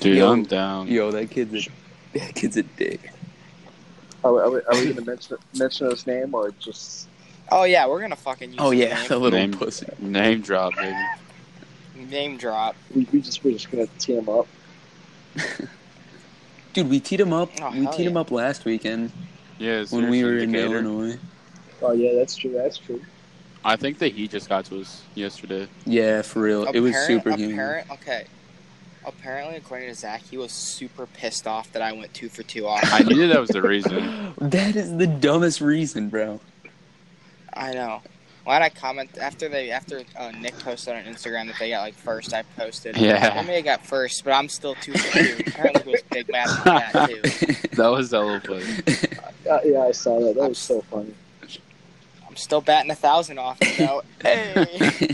Dude, Yo. I'm down. Yo, that kid's a, that kid's a dick. Are, we- are, we- are we going to mention mention his name or just? Oh yeah, we're gonna fucking use. Oh his yeah, the name, little Name- pussy. Name drop, baby. name drop. We, we just we're just going to team up. Dude, we teed him up. Oh, we hell teed him yeah. up last weekend Yeah, when we seriously, were in Decatur. Illinois. Oh yeah, that's true. That's true. I think the heat just got to us yesterday. Yeah, for real, it was Apparent- superhuman. Apparent, okay. Apparently, according to Zach, he was super pissed off that I went two for two off. I knew that was the reason. that is the dumbest reason, bro. I know. Why'd I comment after they after uh, Nick posted on Instagram that they got like first? I posted. Yeah. I may have got first, but I'm still two for two. Apparently, it was big mad at that too. That was hella funny. Uh, yeah, I saw that. That was so funny. I'm still batting a thousand off. You know? hey.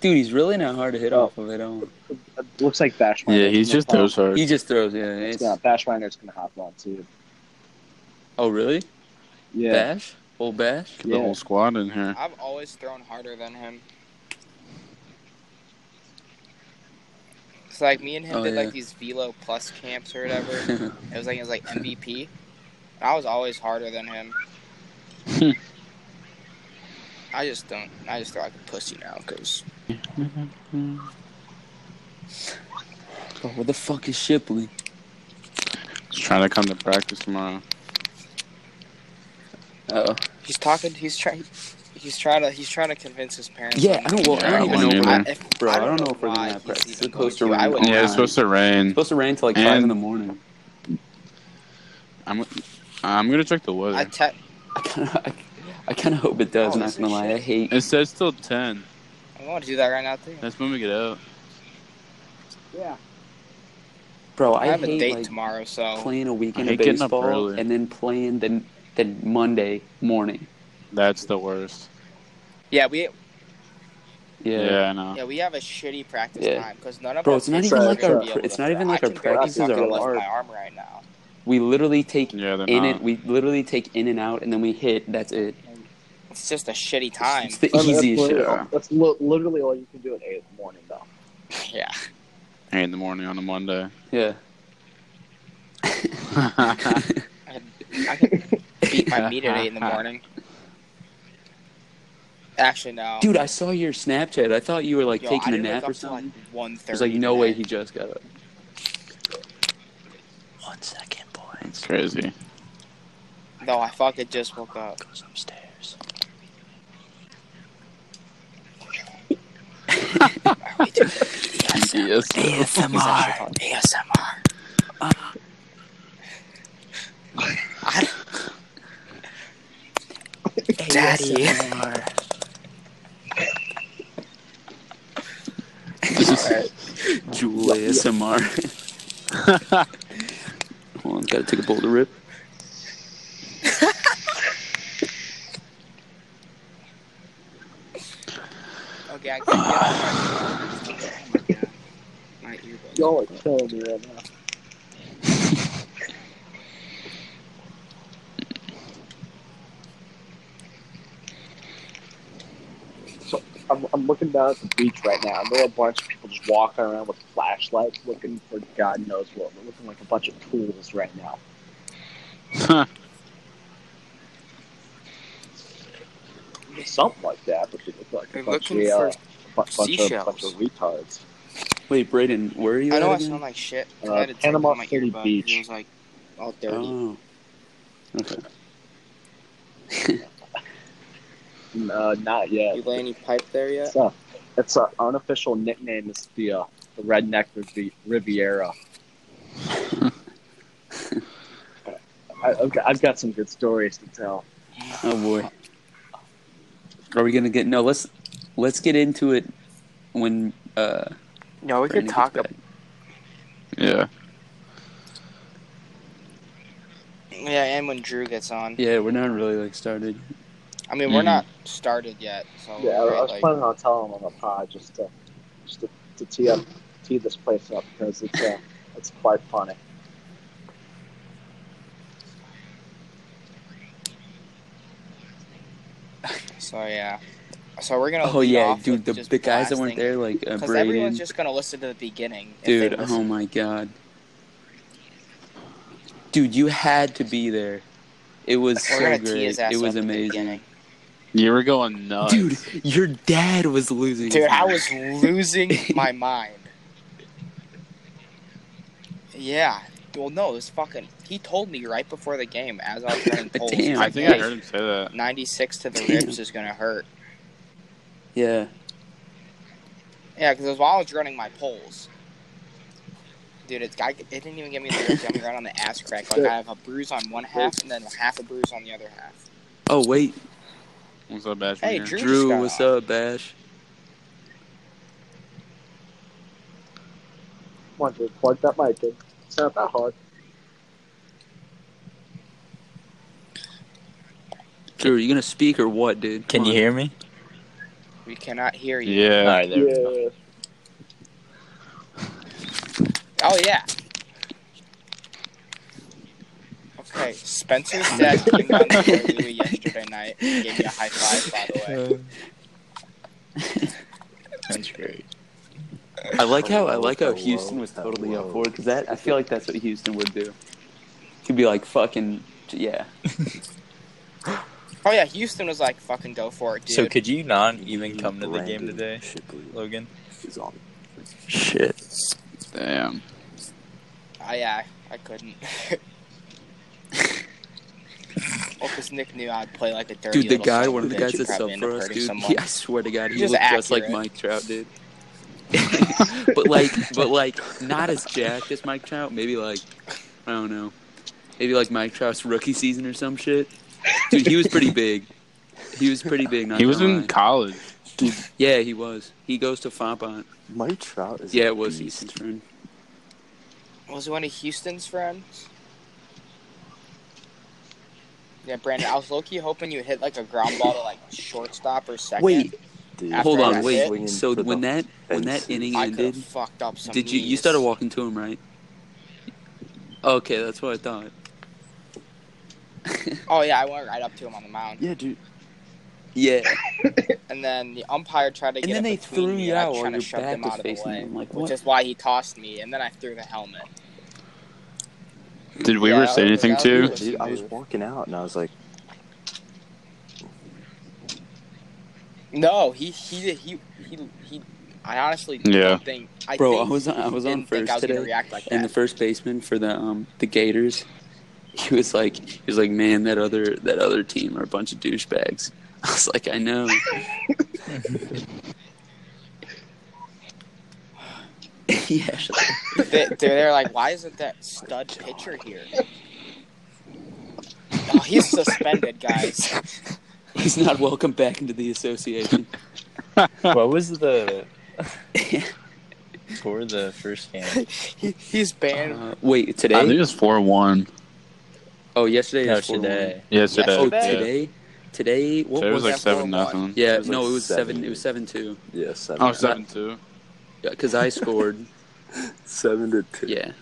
Dude, he's really not hard to hit off of at all. It looks like Bashminder. Yeah, he's just those hard. He just throws. Yeah. It's, Yeah, Bashminder's going to hop on too. Oh really? Yeah. Bash? Old Bash? Get the Yeah. whole squad in here. I've always thrown harder than him. So like me and him Oh, did yeah. like these Velo Plus camps or whatever. it was like it was like MVP. And I was always harder than him. I just don't. I just throw like a pussy now because oh, where the fuck is Shipley? Just trying to come to practice tomorrow. Oh. he's talking. He's trying. He's trying to. He's trying to convince his parents. Yeah, I don't. Well, I Yeah, don't I even wouldn't know. Why, either. if, Bro, I don't know if we're why gonna have he's practice. even It's supposed going to I rain. would Yeah, Yeah, not. it's supposed to rain. it's supposed to rain till like five And- in the morning. I'm I'm gonna check the weather. I te- I kind of, I kind of hope it does. Oh, not this gonna is lie, I hate. it says till ten. I want to do that right now too. That's when we get out. Yeah. Bro, I, I, have hate a date like, tomorrow, so playing a weekend I of hate getting up baseball early. and then playing the the Monday morning. That's the worst. yeah, we Yeah, Yeah. I know. yeah we have a shitty practice Yeah. time because none of Bro, our it's not pitchers even are like gonna our be pr- able to it's not throw. even like I our can barely practices fucking are lift hard. My arm right now. We literally take Yeah, they're in not. it. We literally take in and out, and then we hit. That's it. It's just a shitty time. It's Oh, the That's easiest shit. literally all- bro. That's li- literally all you can do at eight in the morning, though. yeah, Eight in the morning on a Monday. Yeah. I could, I could beat my meat at eight in the morning. Actually, no, Dude, I saw your Snapchat. I thought you were like Yo, taking I a didn't wake nap up or till, something. Like One thirty. I was like, no way, today. he just got up. One second, boys. It's crazy. No, I fucking just woke up. Goes upstairs. Are we doing Yes. ASMR. ASMR? Ah. I don't- Daddy. Jewel ASMR. Hold on, gotta take a boulder rip. Okay, I can't get off my- Oh my god. My earbuds. Y'all are killing me right now. So I'm, I'm looking down at the beach right now, and there are a bunch of people just walking around with flashlights, looking for God knows what. We're looking like a bunch of fools right now. Something like that, but they look like We're a bunch, of, looking uh, for bu- bunch, of, seashells. bunch of retards. Wait, Braden, where are you I at know I again? sound like shit. 'cause Uh, I had to take Panama out my City earbud, Beach. and It was like all dirty. Oh. Okay. Uh, not yet. you lay any pipe there yet? It's a, it's a unofficial nickname. It's the uh, the redneck Rivi- Riviera. I, I've, got, I've got some good stories to tell. Oh boy. Are we gonna get no? Let's let's get into it when uh. No, we Brandon gets could talk. back. yeah. Yeah, and when Drew gets on. Yeah, we're not really like started. I mean, Mm-hmm. we're Mhm. not started yet, so Oh, Yeah, I, we're I was like, planning on telling them on the pod just to just to, to tee up tee this place up because it's uh, it's quite funny. so yeah. So we're gonna. Oh lead yeah, off dude, the, with just the guys that weren't blasting- there, like uh, Because everyone's Braden, just gonna listen to the beginning. if they dude. listen. Oh my god, dude, you had to be there. It was We're so gonna tee his great. ass It was up at the amazing, Oh, beginning. You were going nuts. dude. Your dad was losing. his Dude, I mind. was losing my mind. Yeah. Well, no, it was fucking. He told me right before the game as I was running polls. Damn. I think I heard him say that. 96 to the Damn. ribs is gonna hurt. Yeah, Yeah, because it was while I was running my polls. Dude, it's, I, it didn't even get me the ribs. I mean, right on the ass crack. Like, I have a bruise on one half and then half a bruise on the other half. Oh wait, What's up, Bash? Hey, Junior? Drew- just Drew, got what's off. up, Bash? Come on, dude, plug that mic in. It's not that hard. Drew, are you gonna speak or what, dude? Can Come you on. hear me? We cannot hear you. All Yeah. right, there. we go. Oh yeah. Okay, Spencer's dad came on the show with you yesterday night and gave me a high five. By the way, That's great. I like how I like how Houston was totally up for it because that I feel like that's what Houston would do. He'd be like, "Fucking yeah." oh yeah, Houston was like, "Fucking go for it, dude." So could you not even come to the game today, Logan? Shit. Damn. oh yeah, I couldn't. well, because Nick knew I'd play like a dirty. Dude, the little guy, son of one of the a guys bitch, that probably subbed end for up us, hurting dude. someone. He, I swear to God, he Just looked just like accurate. Mike Trout did. but like, but like, not as jacked as Mike Trout. Maybe like, I don't know, maybe like Mike Trout's rookie season or some shit. Dude, he was pretty big. He was pretty big. Not He was gonna in lie. college. Yeah, he was. He goes to Fompont. Mike Trout is. Yeah, a it was beast. Houston's friend. Was he one of Houston's friends? Yeah, Brandon, I was low key hoping you hit like a ground ball to like shortstop or second. Wait, Dude, After hold on, that wait. swinging So for when the that when that fences. inning I could have ended, fucked up some. did you you knees. started walking to him, right? Okay, that's what I thought. Oh yeah, I went right up to him on the mound, Yeah, dude. Yeah, and then the umpire tried to get. and then in they between threw me, you and I out was while trying to your shove back him was out of the facing way, me. I'm like, which what? is why he tossed me, and then I threw the helmet. Did we Yeah, ever say that anything was- to? that Dude, I was walking out and I was like, No, he he he he. he I honestly don't Yeah. think. I Bro, think I was on, I was on didn't think I first was gonna today, react like and the that. first baseman for the um the Gators, he was like he was like, man, that other that other team are a bunch of douchebags. I was like, I know. yeah, shut up. they, they're, they're like, why isn't that stud pitcher here? Oh, he's suspended, guys. he's not welcome back into the association. What was the score of the first game? He, he's banned. Uh, wait, I think it today? was four one Oh, yesterday. No, is 4-1. today. yesterday. Oh, Yesterday. Yeah. today? Today? What So it was was like that? seven 4-1. nothing. Yeah, It was no, like it was seven. seven. It was seven two. yeah, seven. Oh, seven two. Yeah, because I scored. Seven to two. Yeah.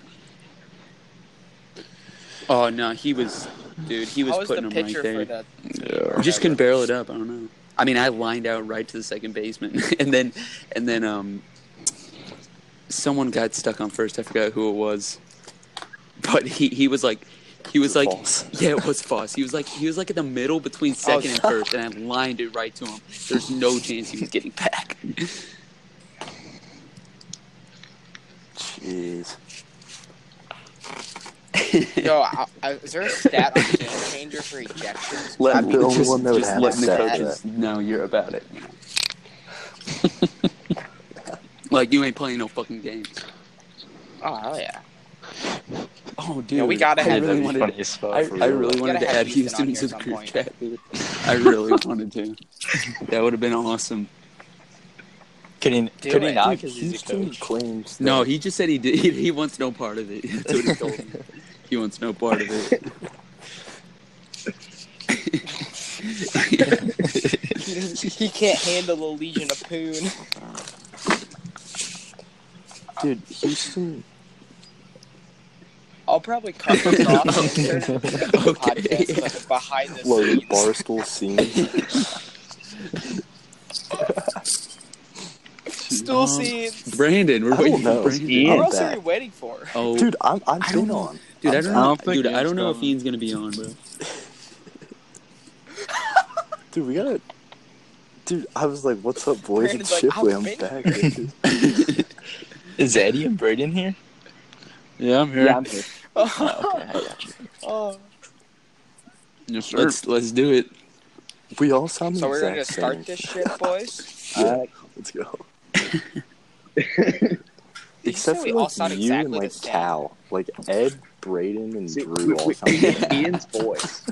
Oh no, he was, dude. He was How was putting the him right pitcher for there. the? Yeah. Just couldn't barrel it up. I don't know. I mean, I lined out right to the second baseman, and then, and then, um, someone got stuck on first. I forgot who it was, but he he was like, he was like, False. yeah, it was Foss. He was like, he was like in the middle between second and first, and I lined it right to him. There's no chance he was getting back. Jeez. Yo, I, I, is there a stat on game changer for ejections? Let- I'm the only just, one that would just have letting the said coaches know you're about it. like you ain't playing no fucking games. Oh hell yeah! Oh, dude, Yeah, we gotta I have really That'd be wanted. funny as fuck. I, for I real. really We wanted gotta to have add Houston on Houston to here the at some group point. chat, dude. I really wanted to. That would have been awesome. Could he, Do could he it. not? Dude, Because he's a Houston coach. claims. That No, he just said he did. He, he wants no part of it. That's what he told me. He wants no part of it. he can't handle the Legion of Poon. dude, Houston. I'll probably cut this off. and Okay. insert it into the Okay. podcast, like, behind the Logan scenes. Barstool scene. still seeing. Brandon, we're I don't waiting for know. Brandon. Ian. What Ian else back. are you waiting for? Oh, dude, Dude, I'm, I'm I been don't on. I don't I know. don't think dude, I Ian's don't know if coming. Ian's gonna be on, bro. Dude, we gotta. Dude, I was like, what's up, boys? Brandon's it's like, Shipley. I've I'm been back. dude. Is Eddie and Braden here? Yeah, I'm here. Yeah, I'm here. Oh, okay, I got you. Oh. Yes, sir. Let's let's do it. we all sound the So we're exact gonna same. start this shit, boys. Yeah, let's go. you say Except for we like, all sound you exactly and the like same? Cal, like Ed, Braden, and See, Drew we, all we, sound. we the need Ian's voice.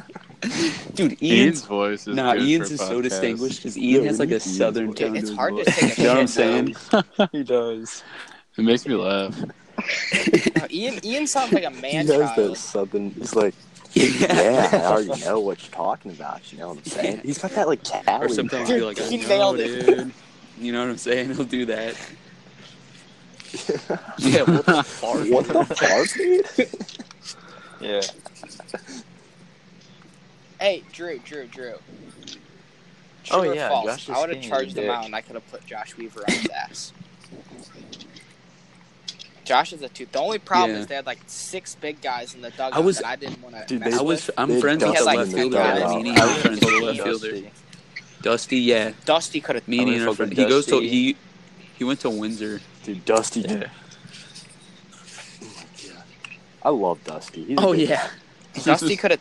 Dude, Ian's Ian's voice is nah, good Ian's for is podcast. so distinguished because Ian Yeah, has like we a need Ian's southern voice. tone. It's his hard to voice. take a You know what I'm shit, saying? though. He does. It makes me laugh. No, Ian, Ian sounds like a He man knows child. those southern. He's like, Yeah. yeah, I already know what you're talking about. You know what I'm saying? He's got that like Cali. Or sometimes I'll be like, I He know, nailed it. dude. You know what I'm saying? He'll do that. yeah, what the fart? what the fuck, dude? Yeah. Hey, Drew, Drew, Drew. Oh, True or yeah, false? Josh is I would have skinny, charged him dick. out, and I could have put Josh Weaver on his ass. Josh is a two. The only problem Yeah. is they had like six big guys in the dugout I was- that I didn't want to. Dude, mess they- I was. with. I'm They friends with dust the like left ten fielder. guys. I mean, I'm friends with the left fielder. Dusty, yeah. Dusty could have. Me and I Ian are would fuck friends. He goes to Dusty. he. He went to Windsor. Dude, Dusty. Oh Yeah. I love Dusty. He's a Oh good- yeah. Dusty could have.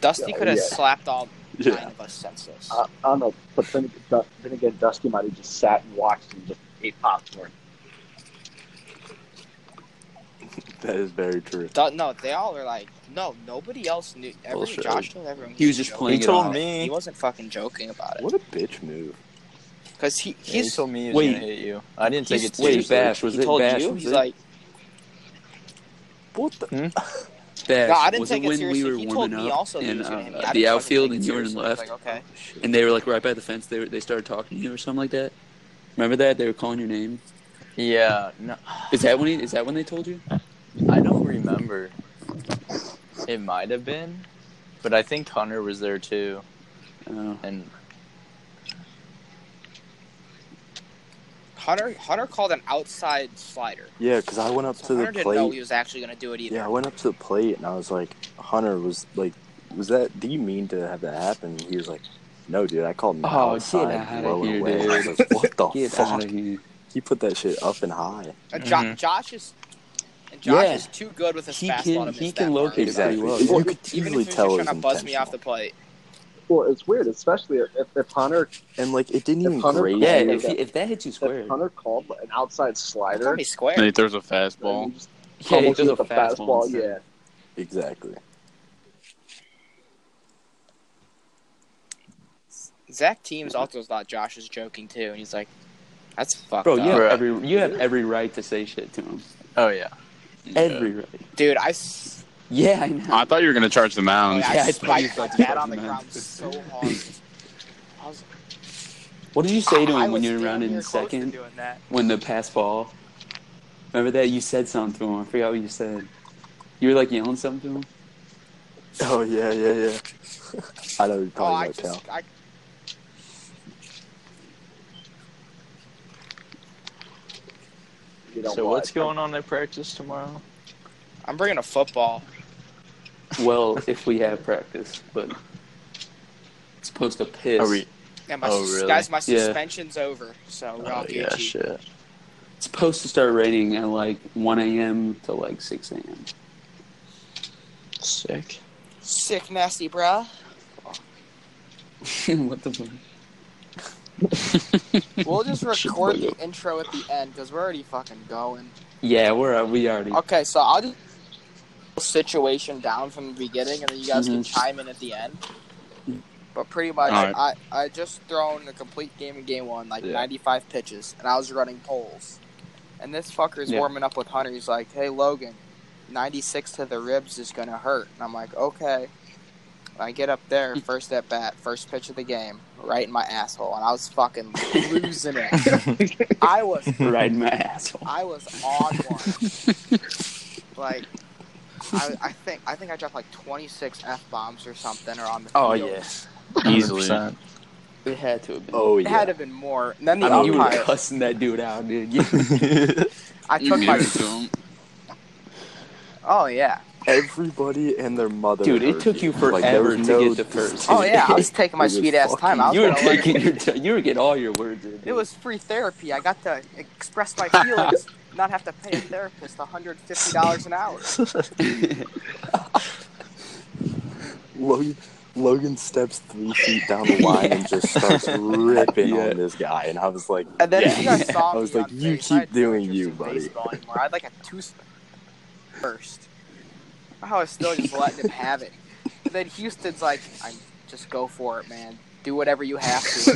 Dusty Yeah, could have yeah. slapped all Yeah. nine of us senseless. I, I don't know, but then, Du- then again, Dusty might have just sat and watched and just ate popcorn. That is very true. Du- no, they all are like, no, nobody else knew. Everyone, Bullshit. Josh told everyone. He was just joking. playing He it told off. me. He wasn't fucking joking about it What a bitch move. because he Yeah, he he's told me he was wait. gonna hit you. I didn't take he's it Wait, seriously. Bash was he it? told Bash you. was He's it? like, What the? Bash. no, I didn't was take it it when seriously. we were he told warming me up also that he in was gonna hit me. I uh, didn't the fucking outfield, take it and you were in seriously. I was left, Like, okay. Shit. and they were like right by the fence. They were, they started talking to you or something like that. Remember that they were calling your name? Yeah. No, Is that when he, is that when they told you? I don't remember. It might have been, but I think Hunter was there too, Oh. and Hunter Hunter called an outside slider. Yeah, because I went up So to Hunter the didn't know he plate. was actually gonna do it either. Yeah, I went up to the plate and I was like, Hunter was like, was that? Do you mean to have that happen? And he was like, No, dude, I called him Oh, outside get outta blow it here, away. I was dude. like, what the Get out fuck? of here. He put that shit up and high. And Jo- Mhm. Josh is and Josh Yeah. is too good with his He fastball can- to he miss can that locate far. it Exactly. Exactly. was. You Even- could Even if he easily was just tell it trying was to buzz me off the intentional. plate. Well, it's weird, especially if, if Hunter And like, it didn't If even Hunter- graze Yeah, me. if, he- if that hits you square. if Hunter called an outside It's gonna slider. be square. And he throws a and he fastball. just Yeah, it pummels does you a with the fastball, fastball. yeah. Exactly. Zach Teams also thought Josh was joking too, and he's like, "That's fucked Bro, up, you have Bruh. every you have every right to say shit to him. oh yeah, Every right. dude." I s- Yeah, I know. I thought you were gonna charge the oh, mound. yeah, I Yeah, I thought you spiked my thought you bat thought on the you ground meant. so hard. I was, what did you say to him I when was you were damn around in near close to second? doing that. When the pass ball? Remember that? You said something to him. I forgot what you said. You were like yelling something to him? Oh yeah, yeah, yeah. I know you're Oh, I talking about Cal. just I, You know So what? what's going on at practice tomorrow? I'm bringing a football. Well, if we have practice, but it's supposed to piss. Are we? Yeah, my Oh, sus- really? guys, my Yeah. suspension's over, so we're all Oh yeah, Gucci. shit. It's supposed to start raining at like 1 a.m. to like 6 a.m. Sick. Sick, nasty, bruh. what the fuck? We'll just Shit, boy, record the intro at the end because we're already fucking going. Yeah, we're we already. Okay, so I'll just situation down from the beginning, and then you guys can Mhm. chime in at the end. But pretty much, All I I just thrown a complete game in game one, like Yeah. 95 pitches, and I was running poles. And this fucker's Yeah. warming up with Hunter. He's like, "Hey Logan, 96 to the ribs is gonna hurt," and I'm like, "Okay." And I get up there, first at bat, first pitch of the game, right in my asshole, and I was fucking losing it. I was Riding my asshole. I was on one. like, I, I think I Oh, think I dropped like 26 f bombs or something, or on the field. yeah. Easily. 100%. It had to have been. Oh It had to yeah. have been more. And then the I mean, you were umpire. cussing that dude out, dude. You- I You took gave my. it to him. Oh yeah. Everybody and their mother. Dude, it heard took you Like, there forever was to no get to first. Oh yeah. I was taking my It was sweet ass fucking- time. I was you were gonna learn. taking your, t- you were getting all your words in. dude. It was free therapy. I got to express my feelings, not have to pay a therapist $150 an hour. Logan, Logan steps three feet down the line and just starts ripping Yeah. on this guy, and I was like, And then if you yeah. guys saw I was me like, on you face, keep I had no doing interest you, in buddy. baseball anymore. I had like a two first. I was still just letting him have it. And then Houston's like, I'm just go for it, man. Do whatever you have to.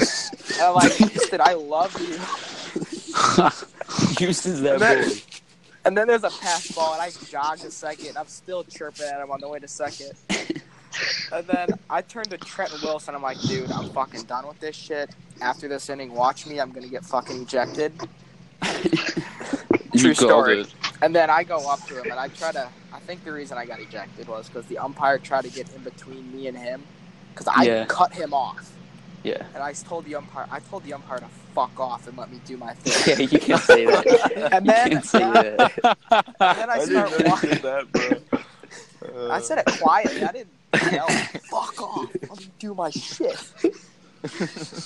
And I'm like, Houston, I love you. Houston's that That- boy. And then there's a pass ball, and I jog to second. I'm still chirping at him on the way to second. And then I turn to Trenton Wilson. I'm like, dude, I'm fucking done with this shit. After this inning, watch me. I'm gonna get fucking ejected. True You called story. it. And then I go up to him, and I try to. I think the reason I got ejected was because the umpire tried to get in between me and him, because I Yeah. cut him off. Yeah. And I told the umpire, I told the umpire to fuck off and let me do my thing. Yeah, you can't say that. And you then, can't say that. and then I start walking. I said it quietly. I didn't yell. Fuck off. Let me do my shit.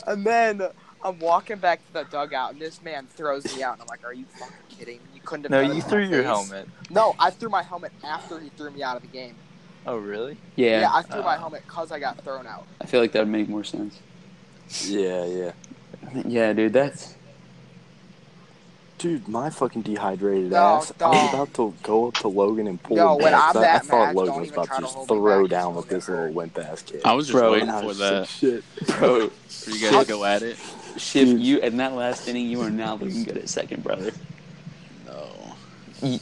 and then I'm walking back to the dugout, and this man throws me out. And I'm like, "Are you fucking kidding? me? You couldn't have." No, done it you to my threw your face." helmet. No, I threw my helmet after he threw me out of the game. Oh, really? Yeah, Yeah, I threw my uh, helmet because I got thrown out. I feel like that would make more sense. yeah, yeah. Yeah, dude, that's Dude, my fucking dehydrated No, ass. I was dog. about to go up to Logan and pull No, him when I'm back. I- I that thought mad, Logan don't was even about try to to just hold me throw back. down It's with this gonna little limp ass kid. I was just Bro, waiting And I for was that. Shit. Bro, For you guys to go at it. Shiv, you, in that last inning, you are not looking good at second, brother. No. Y-